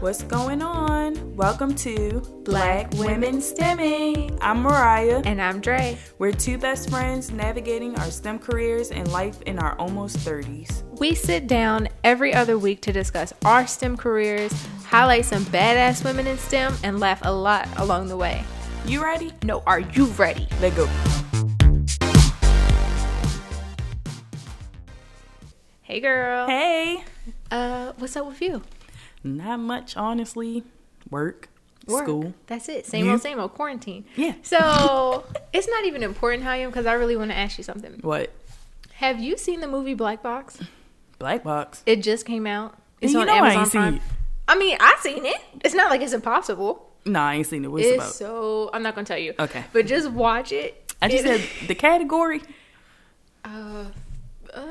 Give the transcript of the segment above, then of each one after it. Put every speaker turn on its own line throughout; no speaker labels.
What's going on? Welcome to Black Women STEMming. I'm Mariah.
And I'm Dre.
We're two best friends navigating our STEM careers and life in our almost 30s.
We sit down every other week to discuss our STEM careers, highlight some badass women in STEM, and laugh a lot along the way.
You ready?
No, are you ready?
Let go.
Hey, girl.
Hey.
Uh, what's up with you?
Not much, honestly. Work,
Work.
school.
That's it. Same
You?
old, same old. Quarantine.
Yeah.
So it's not even important how I am because I really want to ask you something.
What?
Have you seen the movie Black Box?
Black box.
It just came out. It's
You
on
know I ain't
Amazon
seen
Prime.
it.
I mean, I seen it. It's not like it's impossible.
Nah, I ain't seen it. What's
It's,
it about?
so I'm not gonna tell you.
Okay.
But just watch it.
I just
It-
said the category.
uh, uh,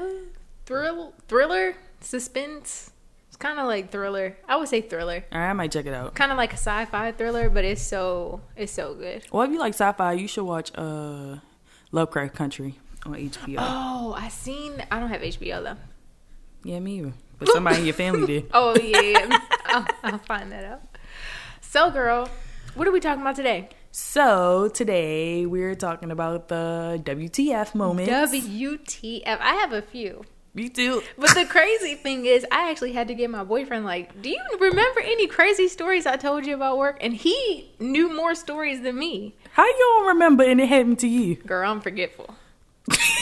thrill, thriller, suspense. It's kind of like thriller. I would say thriller.
All right, I might check it out.
Kind of like a sci-fi thriller, but it's so it's so good.
Well, if you like sci-fi, you should watch uh, Lovecraft Country on HBO.
Oh, I seen. I don't have HBO though.
Yeah, me either. But somebody in your family did.
Oh yeah, Oh, I'll, I'll find that out. So, girl, what are we talking about today?
So today we're talking about the WTF moment.
WTF? I have a few.
You too.
But the crazy thing is, I actually had to get my boyfriend like, "Do you remember any crazy stories I told you about work?" And he knew more stories than me.
How you don't remember and it happened to you?
Girl, I'm forgetful,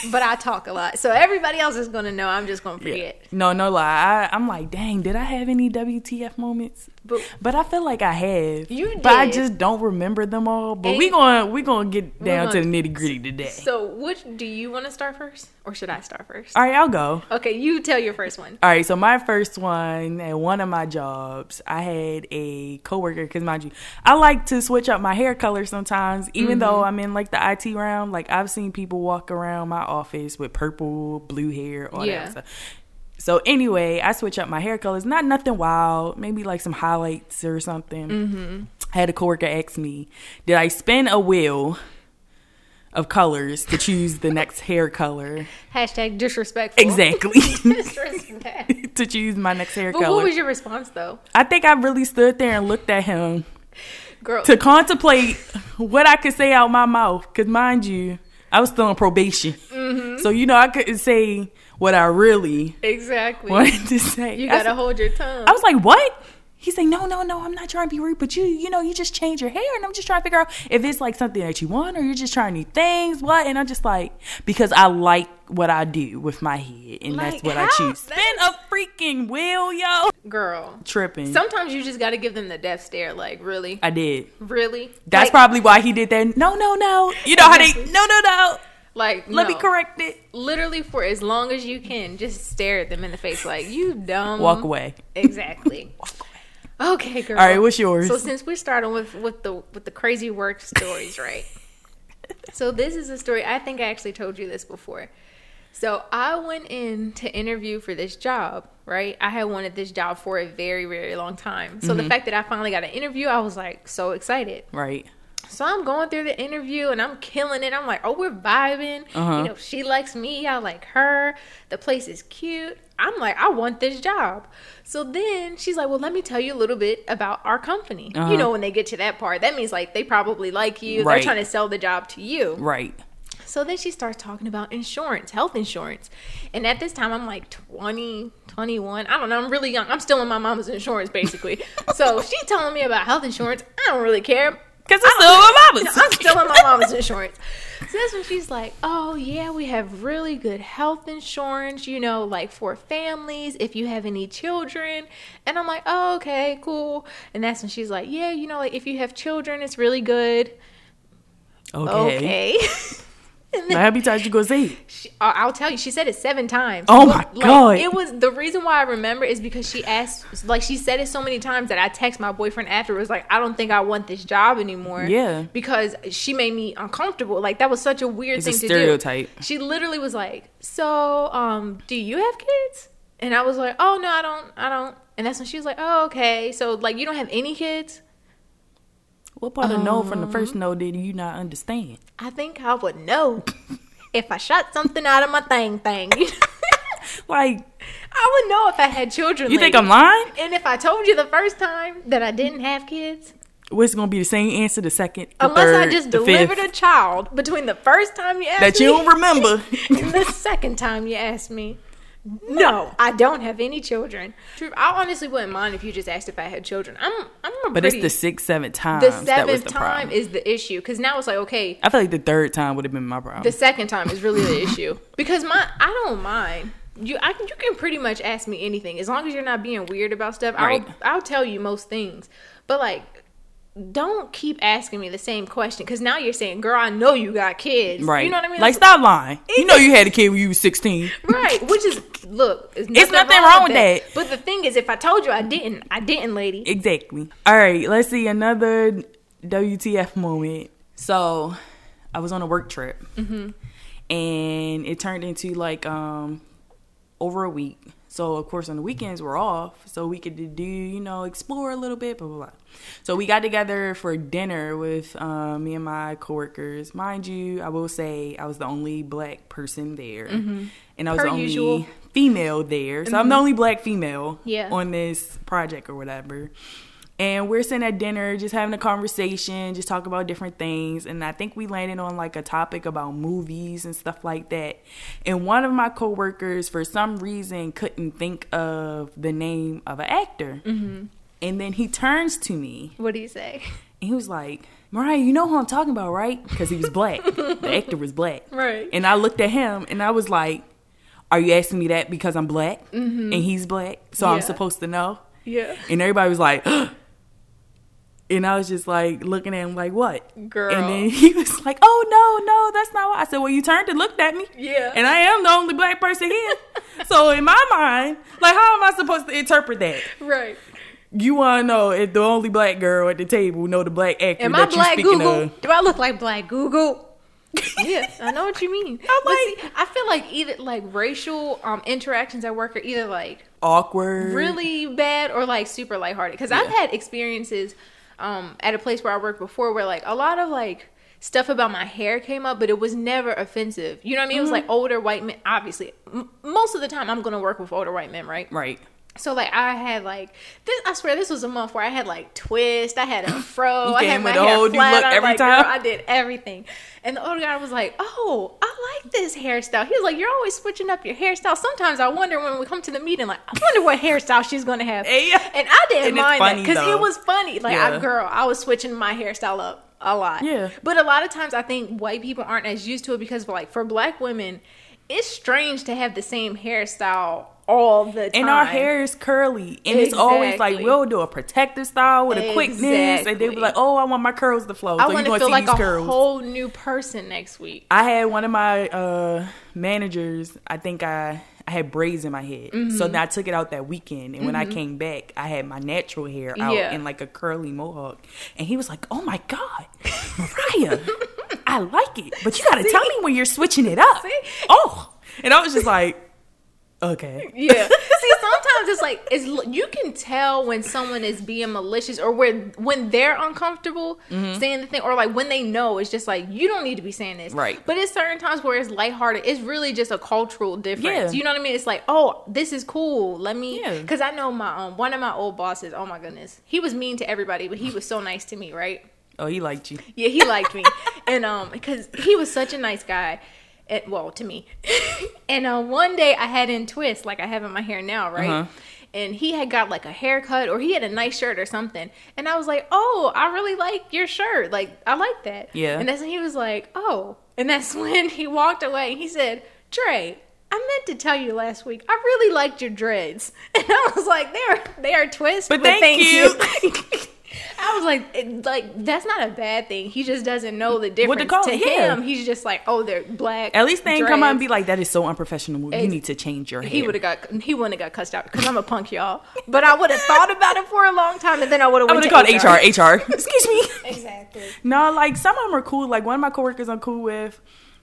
but I talk a lot, so everybody else is gonna know. I'm just gonna
Yeah.
forget.
No, no lie. I, I'm like, dang, did I have any WTF moments?
But
But I feel like I have.
You
But I
did.
just don't remember them all. But
And-
we gonna we gonna get down
gonna-
to the nitty gritty today.
so, which do you want to start first, or should I start first?
All right, I'll go.
Okay, you tell your first one.
All right, so my first one at one of my jobs, I had a coworker because mind you, I like to switch up my hair color sometimes, even though I'm in like the IT round. Like I've seen people walk around my office with purple, blue hair, all
Yeah.
that stuff. So anyway, I switch up my hair colors, not nothing wild, maybe like some highlights or something. I had a coworker ask me, "Did I spin a wheel of colors to choose the next hair color?"
Hashtag disrespectful.
Exactly.
Disrespect.
to choose my next hair
But
color.
what was your response though,
I think I really stood there and looked at him
girl?
to contemplate what I could say out my mouth. Because, mind you, I was still on probation.
Mm-hmm.
So, you know, I couldn't say what I really
exactly.
wanted to say.
You
I s-
gotta hold your tongue.
I was like, what? He said, no, no, no, I'm not trying to be rude, but you, you know, you just change your hair and I'm just trying to figure out if it's like something that you want or you're just trying new things, what? And I'm just like, because I like what I do with my head and that's
Like,
what I
how-
choose. Spin a freaking wheel, yo.
girl.
Tripping.
Sometimes you just got to give them the death stare. Like, really,
I did.
really.
That's
like,
probably why he did that. No, no, no. You know how they?
Exactly.
No, no, no.
like.
Let me
no.
correct it.
Literally for as long as you can, just stare at them in the face. Like, you dumb.
Walk away.
Exactly. Okay, girl.
All right, what's yours?
So since we're starting with with the with the crazy work stories, right? so this is a story I think I actually told you this before. So I went in to interview for this job, right? I had wanted this job for a very very long time. So
Mm-hmm.
the fact that I finally got an interview, I was like so excited.
right.
So I'm going through the interview and I'm killing it. I'm like, oh, we're vibing.
Uh-huh.
You know, she likes me. I like her. The place is cute. I'm like, I want this job. So then she's like, well, let me tell you a little bit about our company.
Uh-huh.
You know, when they get to that part, that means like they probably like you.
Right.
They're trying to sell the job to you.
Right.
So then she starts talking about insurance, health insurance. And at this time, I'm like 20, 21. I don't know. I'm really young. I'm still in my mama's insurance, basically. so she telling me about health insurance. I don't really care.
Because it's still my mama's.
I'm still on my mama's insurance. So that's when she's like, oh, yeah, we have really good health insurance, you know, like for families, if you have any children. And I'm like, oh, okay, cool. And that's when she's like, yeah, you know, like if you have children, it's really good.
okay.
Okay. and
Now,
then
how many times you gonna say? it?
she, I- I'll tell you, she said it seven times.
Oh my God.
It was the reason why I remember is because she asked, like, she said it so many times that I text my boyfriend afterwards, like, I don't think I want this job anymore.
Yeah.
Because she made me uncomfortable. Like, that was such a weird
It's a
thing to
stereotype.
do. She literally was like, "So, um, do you have kids?" And I was like, "Oh no, I don't. I don't." And that's when she was like, "Oh, okay. So, like, you don't have any kids?"
What part of no from the first
Um.
no did you not understand?
I think I would know if I shot something out of my thing thing.
like,
I would know if I had children.
you think
lady.
I'm lying?
And if I told you the first time that I didn't have kids,
Well, it's gonna be the same answer the second, the
unless I
third,
just
the
delivered a
fifth,
child between the first time you asked
that you
me
don't remember.
and the second time you asked me, no, I don't have any children. True, I honestly wouldn't mind if you just asked if I had children. I'm, I'm a
but
pretty,
it's the sixth, seventh time.
the
that was
seventh
the
time
problem.
is the issue because now it's like okay,
I feel like the third time would have been my problem.
the second time is really the issue because my I don't mind. You, I, you can pretty much ask me anything as long as you're not being weird about stuff.
Right.
I'll, I'll tell you most things, but like, don't keep asking me the same question because now you're saying, "Girl, I know you got kids."
right.
You know what I mean?
Like, stop lying. You know you had a kid when you was 16.
Right, which is look, it's nothing,
It's nothing wrong with that.
But the thing is, if I told you I didn't, I didn't, lady.
Exactly. All right, let's see another WTF moment. So, I was on a work trip,
Mm-hmm.
and it turned into like um over a week. So of course on the weekends we're off, so we could do you know explore a little bit, blah blah blah. So we got together for dinner with um, me and my coworkers. Mind you, I will say I was the only black person there, and I
Mm-hmm.
was
Per
the only
usual.
female there. So I'm the only black female
Yeah.
on this project or whatever. And we're sitting at dinner, just having a conversation, just talking about different things. And I think we landed on like a topic about movies and stuff like that. And one of my coworkers, for some reason, couldn't think of the name of an actor. And then he turns to me
What do you say?
and he was like, Mariah, you know who I'm talking about, right? Because he was black. the actor was black.
Right.
And I looked at him and I was like, Are you asking me that because I'm black? And he's black. So
Mm-hmm. Yeah.
I'm supposed to know?
Yeah,
And everybody was like, and I was just like looking at him like, what?
Girl.
And then he was like, oh, no, no, that's not why. I said, well, you turned and looked at me.
Yeah.
And I am the only black person here. so in my mind, like, how am I supposed to interpret that?
right.
You want to know if the only black girl at the table know the black actor
Am I
that you
black
speaking
Google?
of.
Do I look like black Google? yeah, I know what you mean.
I'm
But
like-
see, I feel like either like racial um interactions at work are either like
Awkward.
really bad or like super lighthearted. Because I've had experiences um, at a place where I worked before where like a lot of like stuff about my hair came up, but it was never offensive. You know what I mean? It
Mm-hmm.
was like older white men. Obviously, m- most of the time I'm gonna work with older white men, right?
Right.
So like I had like this. I swear this was a month where I had like twist. I had a fro.
You
I
came
had my
with a
hair
whole new
flat.
look
I was
every
like,
time?
Girl, I did everything. And the older guy was like, "Oh, I like this hairstyle." He was like, "You're always switching up your hairstyle." Sometimes I wonder when we come to the meeting, like, I wonder what hairstyle she's gonna have.
Yeah.
And I didn't
And it's
mind
funny,
because
though.
it was funny. Like, I,
Yeah.
girl, I was switching my hairstyle up. A lot,
Yeah.
But a lot of times, I think white people aren't as used to it because, like, for black women, it's strange to have the same hairstyle all the time.
And our hair is curly. And it's always like,
Exactly.
we'll do a protective style with a quickness. And they'll be
Exactly.
like, oh, I want my curls to flow.
I
so you're
want to
going
feel
see
like
these
a
curls.
whole new person next week.
I had one of my uh, managers. I think I I had braids in my head,
Mm-hmm.
so then I took it out that weekend. And when I came back, I had my natural hair out
Yeah.
and like a curly mohawk. And he was like, "Oh my god, Mariah, I like it, but you got to tell me when you're switching it up."
See?
Oh, and I was just like, "Okay,
Yeah. See, sometimes it's like it's you can tell when someone is being malicious or where when they're uncomfortable
Mm-hmm.
saying the thing or like when they know it's just like you don't need to be saying this.
Right.
But it's certain times where it's lighthearted. It's really just a cultural difference.
Yeah.
You know what I mean? It's like, "Oh, this is cool. Let me
Yeah.
cuz I know my um one of my old bosses, oh my goodness. He was mean to everybody, but he was so nice to me, right?
oh, he liked you."
Yeah, he liked me, and um, because he was such a nice guy, and, well, to me. and uh, one day I had in twists like I have in my hair now, right?
Uh-huh.
And he had got like a haircut, or he had a nice shirt or something, and I was like, "Oh, I really like your shirt. Like, I like that."
Yeah.
And that's when he was like, "Oh," and that's when he walked away. And he said, "Dre." I meant to tell you last week. I really liked your dreads, and I was like, "They are they are twists,
But
but,
thank
thank,
you.
you. I was like, it, like that's not a bad thing. He just doesn't know the
What
difference.
to call
to
it, yeah.
him, he's just like, oh, they're black.
At least they ain't come out and be
dreads.
like, "That is so unprofessional. You
Ex-
need to change your hair."
He would have got he wouldn't have got cussed out because I'm a punk, y'all. But I would have thought about it for a long time, and then I would have.
I would have called HR. HR. Excuse me.
Exactly.
No, like some of them are cool. Like one of my coworkers I'm cool with.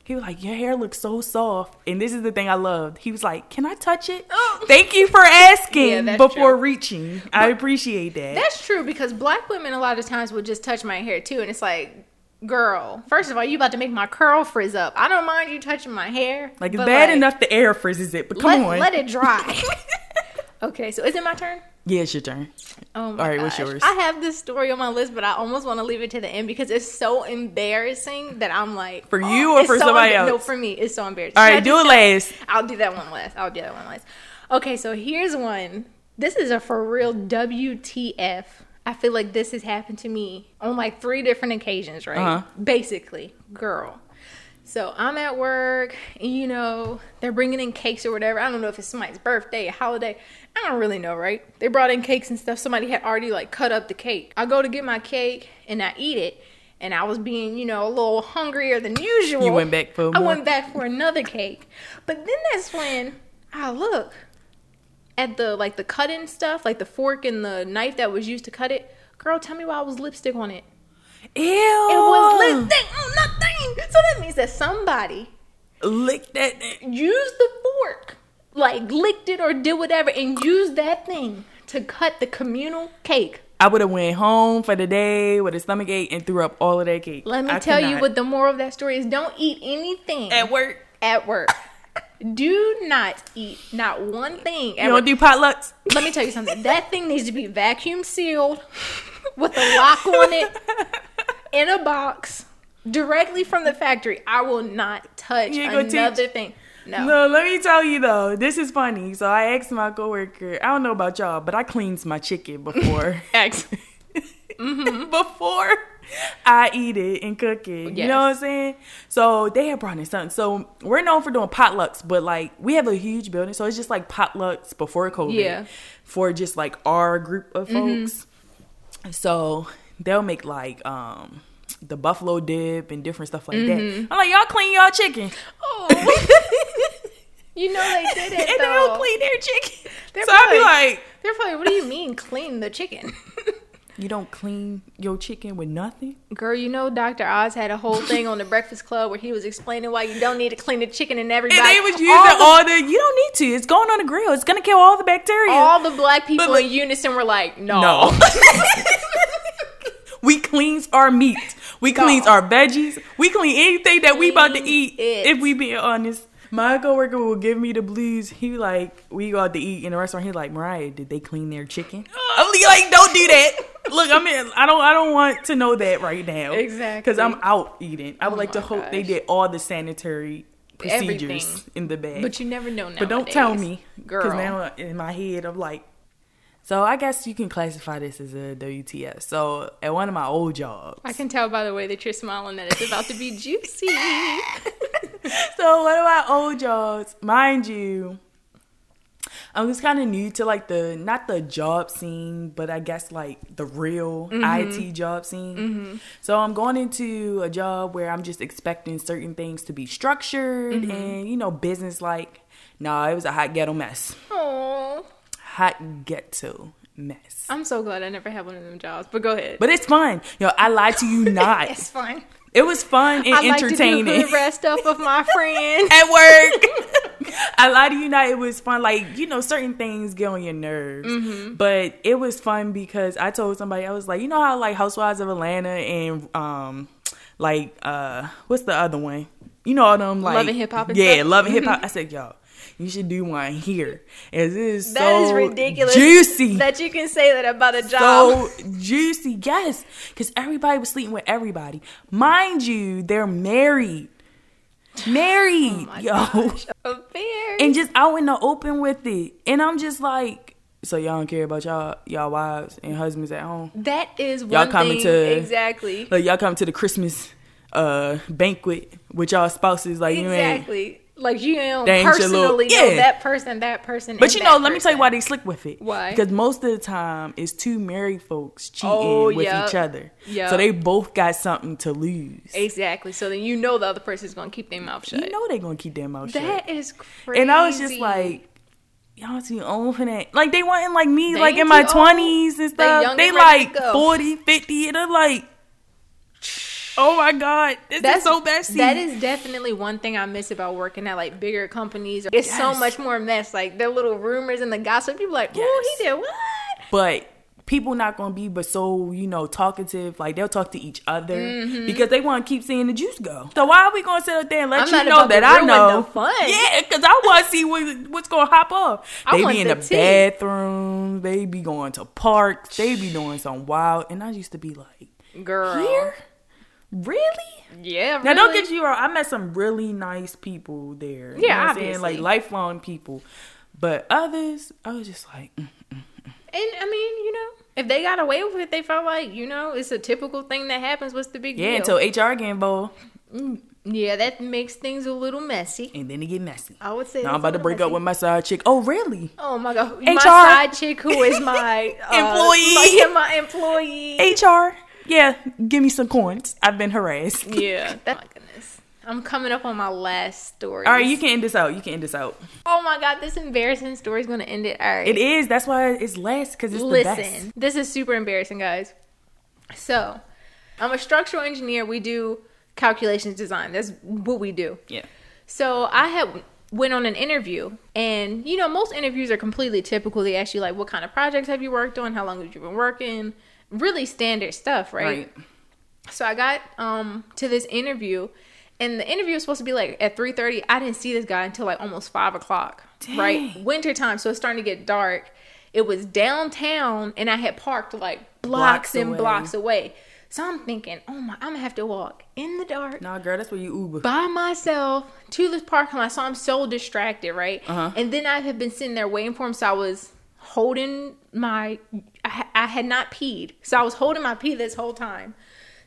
He was like, "Your hair looks so soft," and this is the thing I loved. He was like, "Can I touch it?"
Oh.
Thank you for asking
Yeah, that's
before
true.
reaching. I appreciate that.
That's true because black women a lot of times would just touch my hair too, and it's like, Girl, first of all, you about to make my curl frizz up. I don't mind you touching my hair.
Like it's
but,
bad
like,
enough the air frizzes it, but come
Let,
on.
let it dry. okay, so is it my turn?
Yeah, it's your turn.
Oh my
All right, what's
gosh.
yours?
I have this story on my list, but I almost want to leave it to the end because it's so embarrassing that I'm like "Oh,
For you or
it's
for
so
somebody
embar- No,
else?
for me, it's so embarrassing.
All
Should I
right, do it
just-
last.
I'll do that one last. I'll do that one last. Okay, so here's one. This is a for real WTF. I feel like this has happened to me on like three different occasions, right?
Uh-huh.
Basically, girl. So I'm at work, and you know, they're bringing in cakes or whatever. I don't know if it's somebody's birthday, a holiday. I don't really know, right? They brought in cakes and stuff. Somebody had already like cut up the cake. I go to get my cake and I eat it, and I was being, you know, a little hungrier than usual.
You went back for
I
more?
went back for another cake. But then that's when I look at the like the cutting stuff, like the fork and the knife that was used to cut it. Girl, tell me why it was lipstick on it.
Ew.
It
Oh.
was lipstick on nothing. So that means that somebody
Lick that. thing.
used the fork, like licked it or did whatever, and used that thing to cut the communal cake.
I would have went home for the day with a stomach ache and threw up all of that cake.
Let me
I
tell you
cannot.
what the moral of that story is: don't eat anything
At work.
at work. Do not eat not one thing. At
You
work.
don't do potlucks?
Let me tell you something. That thing needs to be vacuum sealed with a lock on it in a box directly from the factory. I will not touch
You ain't gonna
another
teach?
thing. No.
No, let me tell you though, this is funny. So I asked my coworker, I don't know about y'all, but I cleans my chicken before Mm-hmm.
Ex-
before I eat it and cook it. You
Yes.
know what I'm saying? So they had brought in something. So we're known for doing potlucks, but like we have a huge building, so it's just like potlucks before COVID
Yeah. Mm-hmm.
for just like our group of folks. So they'll make like um the buffalo dip and different stuff like
Mm-hmm.
that. I'm like, y'all clean y'all chicken.
Oh. you know they did
and
it
they'll
though.
clean their chicken.
They're
so I'll be
probably-
like,
They're probably, what do you mean clean the chicken?
you don't clean your chicken with nothing?
Girl, you know Dr. Oz had a whole thing on the Breakfast Club where he was explaining why you don't need to clean the chicken and everybody.
And they was using
all the,
all the, you don't need to. It's going on the grill. It's gonna kill all the bacteria.
all the black people
but-
in unison were like,
no. we cleans our meat. We cleans our veggies. We clean anything that we about to
Clean
eat.
it.
If we being honest. My coworker will give me the blues. He like, we go out to eat in a restaurant. He like, Mariah, did they clean their chicken? I'm like, don't do that. Look, I mean, I don't, I don't want to know that right now.
Exactly. Oh
Because I'm out eating. I would like to
my
hope they
gosh.
did all the sanitary procedures
Everything.
in the bag.
But you never know now.
But don't tell me, because
girl.
now in my head I'm like, so I guess you can classify this as a WTF. So at one of my old jobs,
I can tell by the way that you're smiling that it's about to be juicy.
so one of my old jobs, mind you, I was kind of new to like the not the job scene, but I guess like the real
Mm-hmm.
IT job scene. So I'm going into a job where I'm just expecting certain things to be structured
Mm-hmm.
and you know business like. Nah, it was a hot ghetto mess.
Oh,
Hot ghetto mess.
I'm so glad I never had one of them jobs. But go ahead.
But it's fun. Yo, I lied to you not.
it's fine.
It was fun and
I like to do
entertaining.
the rest stuff of my friend.
At work. I lied to you not. It was fun. Like, you know, certain things get on your nerves.
Mm-hmm.
But it was fun because I told somebody, I was like, you know how like Housewives of Atlanta and um like uh what's the other one? You know all them like
Love and Hip Hop and
Yeah,
stuff? Mm-hmm.
Love and Hip Hop. I said, yo, you should do one here. And this is
That is
so
ridiculous.
Juicy.
That you can say that about a Oh job.
so juicy. Yes, because everybody was sleeping with everybody. Mind you, they're married.
Oh
Married, yo.
A very-
And just out in the open with it. And I'm just like, so y'all don't care about y'all y'all wives and husbands at home.
that is one
Y'all coming
thing
to-
exactly.
Like y'all come to the Christmas uh banquet with y'all spouses, like you ain't
Exactly. Like you don't
They ain't your
personally
little-
know
Yeah.
that person, that person.
But
and
you
that
know, let me tell you
person.
why they slick with it.
Why?
Because most of the time, it's two married folks cheating
Oh,
with
yup.
each other.
Yup.
So they both got something to lose.
Exactly. So then you know the other person's gonna keep their mouth shut.
You know they're gonna keep their mouth shut.
That is crazy.
And I was just like, y'all too old for that. Like they wanting like me,
They
like in
ain't
my
too old.
twenties and stuff.
young
They
and ready to
like
go.
40, 50, and they're like, oh my god, this is so messy.
That is definitely one thing I miss about working at like bigger companies. It's so
Yes.
much more mess. Like their little rumors and the gossip. People like, oh,
Yes.
he did what?
But people not gonna be but so you know talkative like they'll talk to each other
Mm-hmm.
because they want to keep seeing the juice go so why are we gonna sit up there and let
I'm
you
not
know
about to
that i
ruin
know
the fun.
yeah because i want to see what, what's gonna hop up
I
they
want
be in
the
the,
tea.
bathroom they be going to parks they be doing some wild and i used to be like
Girl.
here really
Yeah,
now don't
really.
get you wrong. I met some really nice people there.
Yeah,
I'm saying?
obviously.
like lifelong people. But others, I was just like, mm.
And I mean, you know, if they got away with it, they felt like, you know, it's a typical thing that happens. What's the big
yeah.
deal? Mm,
Until HR get involved,
yeah, that makes things a little messy.
and then it get messy.
I would say. Oh,
now
it's
I'm about
a
to
little
break up
messy.
with my side chick. Oh, really?
Oh my god, my
HR.
side chick who is my uh, my,
Employee.
my employee.
HR, yeah. Give me some coins. I've been harassed.
yeah, that, my goodness, I'm coming up on my last story.
All right, you can end this out. You can end this out.
Oh my god, this embarrassing story is gonna end it. All right,
It is. That's why it's last because it's the best.
Listen, this is super embarrassing, guys. So, I'm a structural engineer. We do calculations design. That's what we do.
Yeah.
So I had went on an interview, and you know most interviews are completely typical. They ask you like, what kind of projects have you worked on? How long have you been working? Really standard stuff, right?
Right.
So I got um to this interview, and the interview was supposed to be like at three thirty. I didn't see this guy until like almost five o'clock, right?
Dang.
Winter time, so it's starting to get dark. It was downtown, and I had parked like blocks,
Blocks
and
away.
blocks away. So I'm thinking, oh my, I'm gonna have to walk in the dark
Nah, girl, that's where you Uber.
by myself to this parking lot. So I'm so distracted, right?
Uh-huh.
And then I have been sitting there waiting for him. So I was holding my, I, ha- I had not peed. So I was holding my pee this whole time.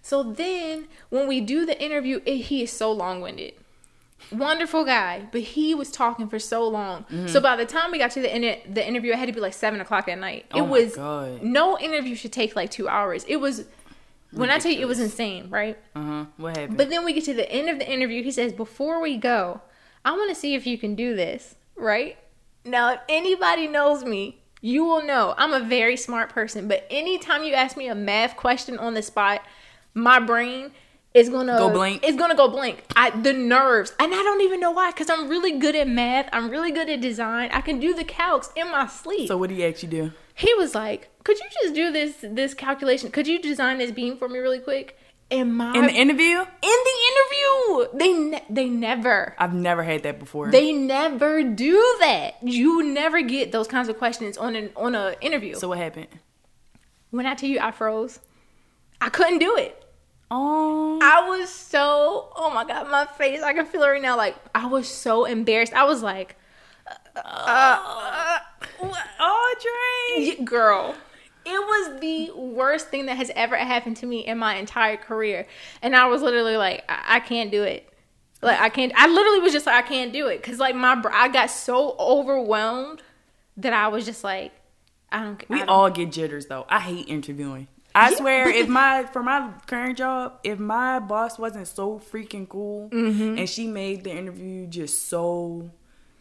So then when we do the interview, it, he is so long winded. Wonderful guy, but he was talking for so long.
Mm-hmm.
So by the time we got to the inter- the interview, it had to be like seven o'clock at night.
Oh
it
my
was
God.
no interview should take like two hours. It was when I tell you it was insane, right?
Uh huh. What happened?
But then we get to the end of the interview. He says, Before we go, I want to see if you can do this, right? Now, if anybody knows me, you will know I'm a very smart person. But anytime you ask me a math question on the spot, my brain is gonna
Go blank.
It's gonna go blank. I the nerves, and I don't even know why. Cause I'm really good at math. I'm really good at design. I can do the calcs in my sleep
so what do you actually do?
he was like, "Could you just do this this calculation? Could you design this beam for me really quick?" And my
In the interview,
in the interview, they ne- they never
I've never had that before.
they never do that. You never get those kinds of questions on an on a interview.
so what happened?
when I tell you I froze, I couldn't do it.
Oh,
I was so oh my god, my face I can feel it right now. Like I was so embarrassed. I was like, uh,
Audrey.
Y- girl it was the worst thing that has ever happened to me in my entire career and i was literally like i, I can't do it like i can't i literally was just like i can't do it because like my br- i got so overwhelmed that i was just like i don't
We
I don't-
all get jitters though. I hate interviewing. I swear, if my for my current job, if my boss wasn't so freaking cool,
Mm-hmm.
and she made the interview just so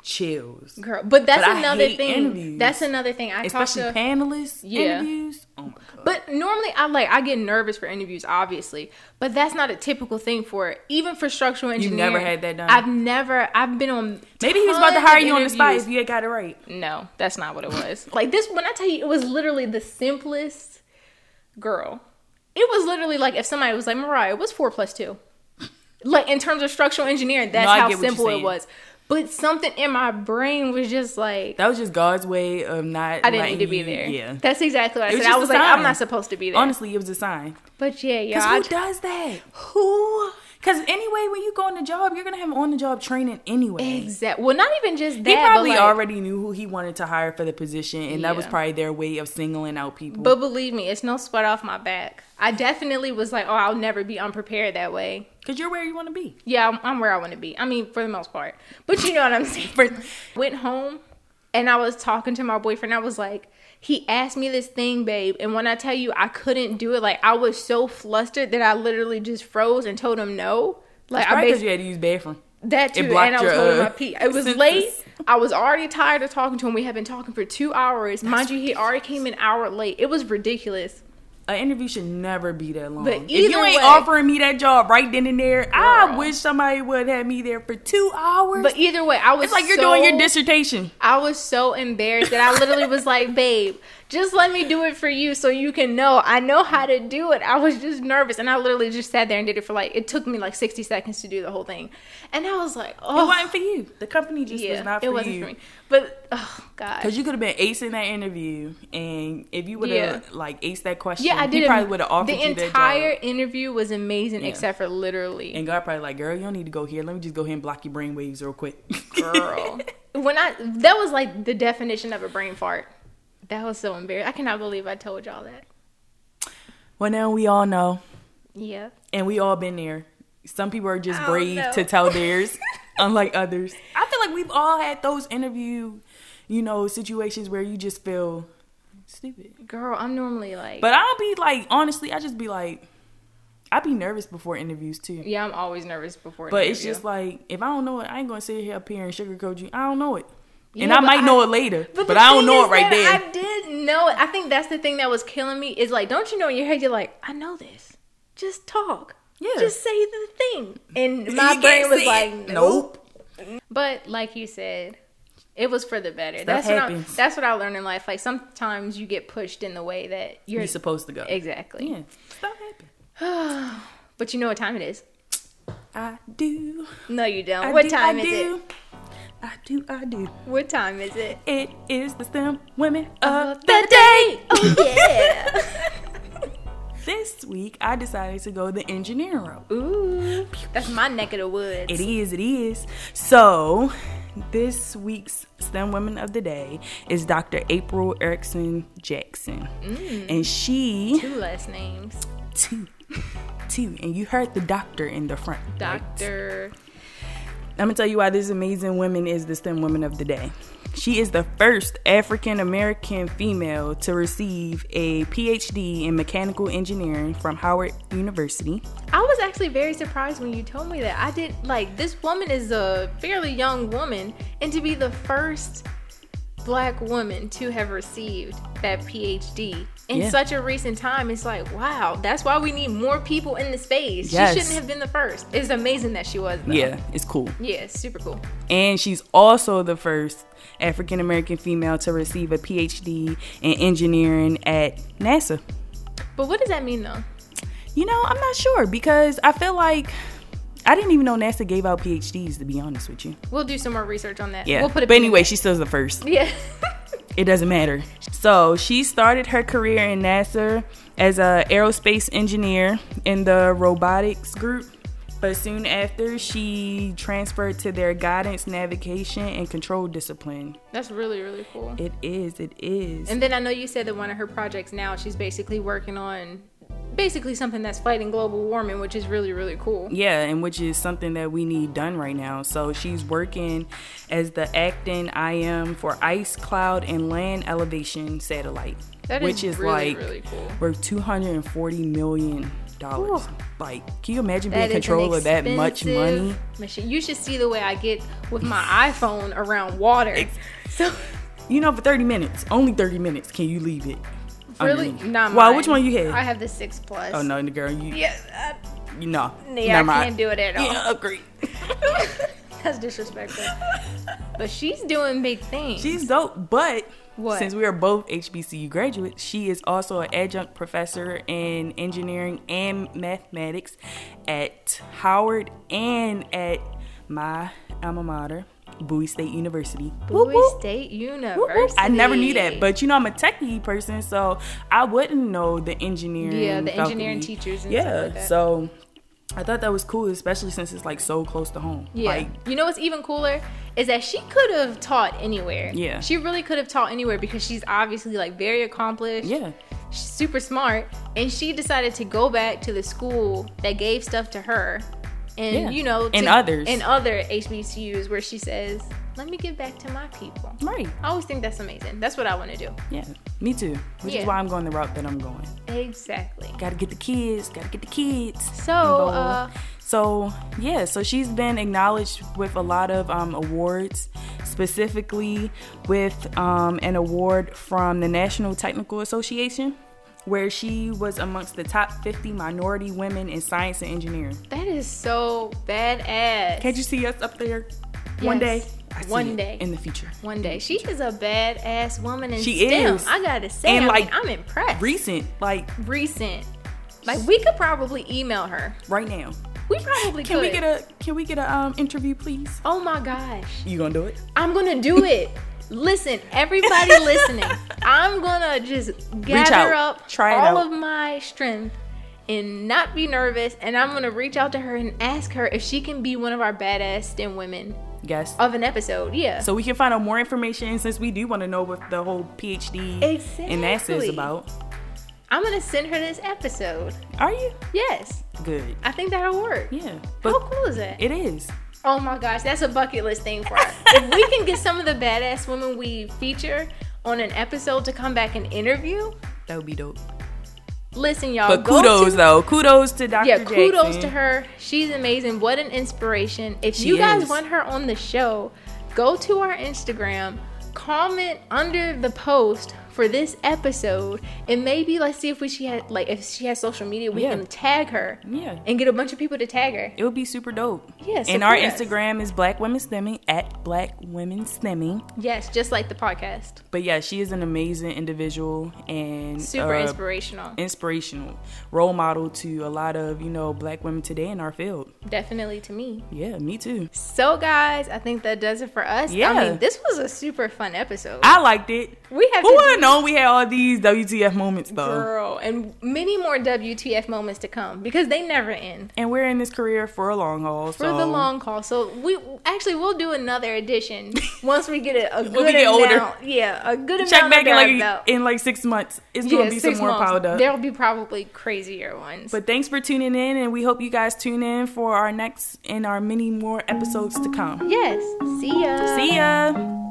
chills,
girl but that's
But I
another
hate
thing
interviews.
that's another thing i talked
especially
to
panelists
Yeah.
interviews. Oh my god!
But normally I like I get nervous for interviews, obviously. But that's not a typical thing for it. Even for structural engineering.
never had that done?
I've never I've been on
Maybe he was about to
tons of
hire you on the spot
interviews.
if you had got it right.
No, that's not what it was. like this when I tell you it was literally the simplest girl. It was literally like if somebody was like, Mariah, what's four plus two? Like in terms of structural engineering, that's
No, I
how
get what you're
simple it
saying.
was. But something in my brain was just like
That was just God's way of not.
I didn't need to be there.
Yeah.
That's exactly what I
It was
said. I
just a
was like, I'm
sign.
not supposed to be there.
Honestly, it was a sign.
but yeah, yeah.
Because
I-
who does that? Who? Because anyway, when you go on the job, you're gonna have on the job training anyway.
Exact. Well, not even just that.
He probably
but like-
already knew who he wanted to hire for the position, and that was
Yeah.
probably their way of singling out people.
But believe me, it's no sweat off my back. I definitely was like, oh, I'll never be unprepared that way.
Because you're where you want to be.
Yeah, I'm, I'm where I want to be. I mean, for the most part. But you know what I'm saying. Went home and I was talking to my boyfriend. I was like, he asked me this thing, babe. And when I tell you I couldn't do it, like I was so flustered that I literally just froze and told him no. Like I
Probably because
basically
you had to use bathroom.
that too,
blocked
and I was
your,
holding
uh,
my pee. It was
senses.
late. I was already tired of talking to him. We had been talking for two hours. Mind you, he already came an hour late. It was ridiculous.
An interview should never be that long.
But
if you
either
ain't
way-
offering me that job right then and there, I
Girl.
wish somebody would have me there for two hours.
But either way, I was
it's like you're
so-
doing your dissertation.
I was so embarrassed that I literally was like, "Babe, just let me do it for you so you can know I know how to do it. I was just nervous and I literally just sat there and did it for like it took me like 60 seconds to do the whole thing. And I was like,
It
"Oh,
wasn't for you. The company just was not for
it wasn't
you.
for me." But oh god.
Cause you could have been acing that interview, and if you would have like aced that question,
Yeah, I did.
He
a-
probably would have offered
the
you that
entire
job.
interview was amazing,
Yeah.
except for literally,
And God probably like, girl, you don't need to go here. Let me just go ahead and block your brain waves real quick.
girl. when I that was like the definition of a brain fart. That was so embarrassing. I cannot believe I told y'all that.
well, now we all know,
Yeah.
and we all been there. Some people are just
Oh,
brave
no.
to tell theirs, unlike others. I feel like we've all had those interview, you know, situations where you just feel stupid.
Girl, I'm normally like,
But I'll be like, honestly, I just be like, I be nervous before interviews too.
yeah, I'm always nervous before. an
But it's
interview.
just like if I don't know it, I ain't gonna sit here up here and sugarcoat you. I don't know it, and
Yeah,
I
but
might
I-
know it later, but,
the
I
thing
don't know
is
it right there.
that I did know it. I think that's the thing that was killing me is like, don't you know in your head you're like, I know this. Just talk.
Yeah.
Just say the thing. And
You
my
can't
brain was
say
like,
it.
nope. But like you said, it was for the better. that's what
happens.
I, that's what I learned in life. Like sometimes you get pushed in the way that you're
You're supposed to go.
exactly.
Yeah, stop happen.
But you know what time it is?
I do.
No, you don't.
I
what
do,
time
I
is
do. I do. I do.
it? What time is it?
It is the STEM Women of the
the day. Oh yeah.
This week, I decided to go the engineering route.
Ooh, that's my neck of the woods.
It is. It is. So, this week's STEM Women of the Day is Dr. April Erickson Jackson,
Mm.
and she
Two last names.
two. Two. And you heard the doctor in the front. right?
Doctor.
I'm gonna tell you why this amazing woman is the STEM woman of the day. She is the first African American female to receive a PhD in mechanical engineering from Howard University.
I was actually very surprised when you told me that. I did like this woman is a fairly young woman, and to be the first black woman to have received that PhD in
Yeah.
such a recent time, it's like wow. That's why we need more people in the space.
Yes.
She shouldn't have been the first. It's amazing that she was. Though.
Yeah, it's cool.
Yeah, super cool.
And she's also the first African American female to receive a PhD in engineering at NASA.
But what does that mean though?
You know, I'm not sure because I feel like I didn't even know NASA gave out PhDs to be honest with you.
We'll do some more research on that.
Yeah.
We'll put it.
but anyway, she's still the first.
Yeah.
it doesn't matter. So she started her career in NASA as a aerospace engineer in the robotics group. But soon after, she transferred to their guidance, navigation, and control discipline.
That's really really cool.
It is, it is.
And then I know you said that one of her projects now she's basically working on basically something that's fighting global warming, which is really really cool.
yeah, and which is something that we need done right now. So she's working as the acting IM for ice cloud and land elevation satellite,
That is
which is,
really,
like
really cool.
worth 240 million dollars. Like, can you imagine being
That
in
is an
control of that much
expensive
money?
Machine. You should see the way I get with my iPhone around water. So
You know, for 30 minutes, only 30 minutes, can you leave it?
really,
underneath?
not
Wow,
mine.
which one you
I
had?
have the six plus.
Oh no, the girl, you,
Yeah,
you know,
I, yeah, I
Never mind.
can't do it at all.
Yeah, agree.
That's disrespectful. but she's doing big things.
She's dope, but
What?
since we are both HBCU graduates, she is also an adjunct professor in engineering and mathematics at Howard and at my alma mater, Bowie State University. Whoop,
Bowie
whoop.
State
Whoop,
University.
whoop. I never knew that, but you know I'm a techie person, so I wouldn't know the engineering.
Yeah, the engineering
faculty.
teachers and
yeah,
stuff like that.
so I thought that was cool, especially since it's like so close to home.
Yeah.
Like,
you know what's even cooler is that she could have taught anywhere.
Yeah.
She really could have taught anywhere because she's obviously like very accomplished.
yeah.
She's super smart, and she decided to go back to the school that gave stuff to her, and
Yeah.
you know,
And
to-
others.
and other HBCUs where she says, "Let me give back to my people."
Right.
I always think that's amazing. That's what I want to do.
Yeah, me too. Which
Yeah.
is why I'm going the route that I'm going.
Exactly.
Gotta get the kids, gotta get the kids.
So,
involved.
uh,
so yeah, so she's been acknowledged with a lot of um, awards, specifically with um, an award from the National Technical Association, where she was amongst the top 50 minority women in science and engineering.
That is so badass.
Can't you see us up there one day?
Yes.
I see
One
it
day.
in the future.
One day. She is a badass woman in
She
STEM.
is.
I gotta say,
And,
I
like,
mean, I'm impressed.
Recent, like
Recent. Like we could probably email her.
right now.
We probably
Can
could.
we get a can we get a um interview, please?
Oh my gosh.
You gonna do it?
I'm gonna do it. Listen, everybody listening, I'm gonna just gather
out.
up
Try it
all
out.
of my strength and not be nervous. And I'm gonna reach out to her and ask her if she can be one of our badass STEM women
Yes.
of an episode. Yeah.
so we can find out more information since we do want to know what the whole PhD and that's is
Exactly.
about.
I'm gonna send her this episode.
Are you
Yes,
good?
I think that'll work.
Yeah,
How
but
cool is that?
it is.
Oh my gosh, that's a bucket list thing for us. if we can get some of the badass women we feature on an episode to come back and interview,
That would be dope.
listen, y'all.
But
go
kudos
to-
though, kudos to Dr.
yeah, kudos
Jackson.
to her. She's amazing. What an inspiration. If
She
you guys
is.
want her on the show, go to our Instagram, comment under the post for this episode, and maybe let's see if we she had like if she has social media, we
Yeah.
can tag her
Yeah.
and get a bunch of people to tag her.
It would be super dope.
Yeah,
and our
support us.
Instagram is Black Women Stemming at Black Women Stemming.
Yes, just like the podcast.
But yeah, she is an amazing individual and
Super
uh,
inspirational.
inspirational role model to a lot of you know Black women today in our field.
Definitely to me.
Yeah, me too.
So guys, I think that does it for us.
Yeah.
I mean, this was a super fun episode.
I liked it.
we have
Who
to
would have known we had all these WTF moments though?
Girl, and many more WTF moments to come because they never end.
And we're in this career for a long haul.
For the long haul, so we actually we'll do another edition once we get a, a good
we get older.
amount. Yeah, a good
Check
amount.
back
under
in
our
like
belt.
in like six months. It's
yeah,
gonna be some
six
more
months.
piled up.
There'll be probably crazier ones.
But thanks for tuning in, and we hope you guys tune in for our next and our many more episodes to come.
yes, see ya.
See ya.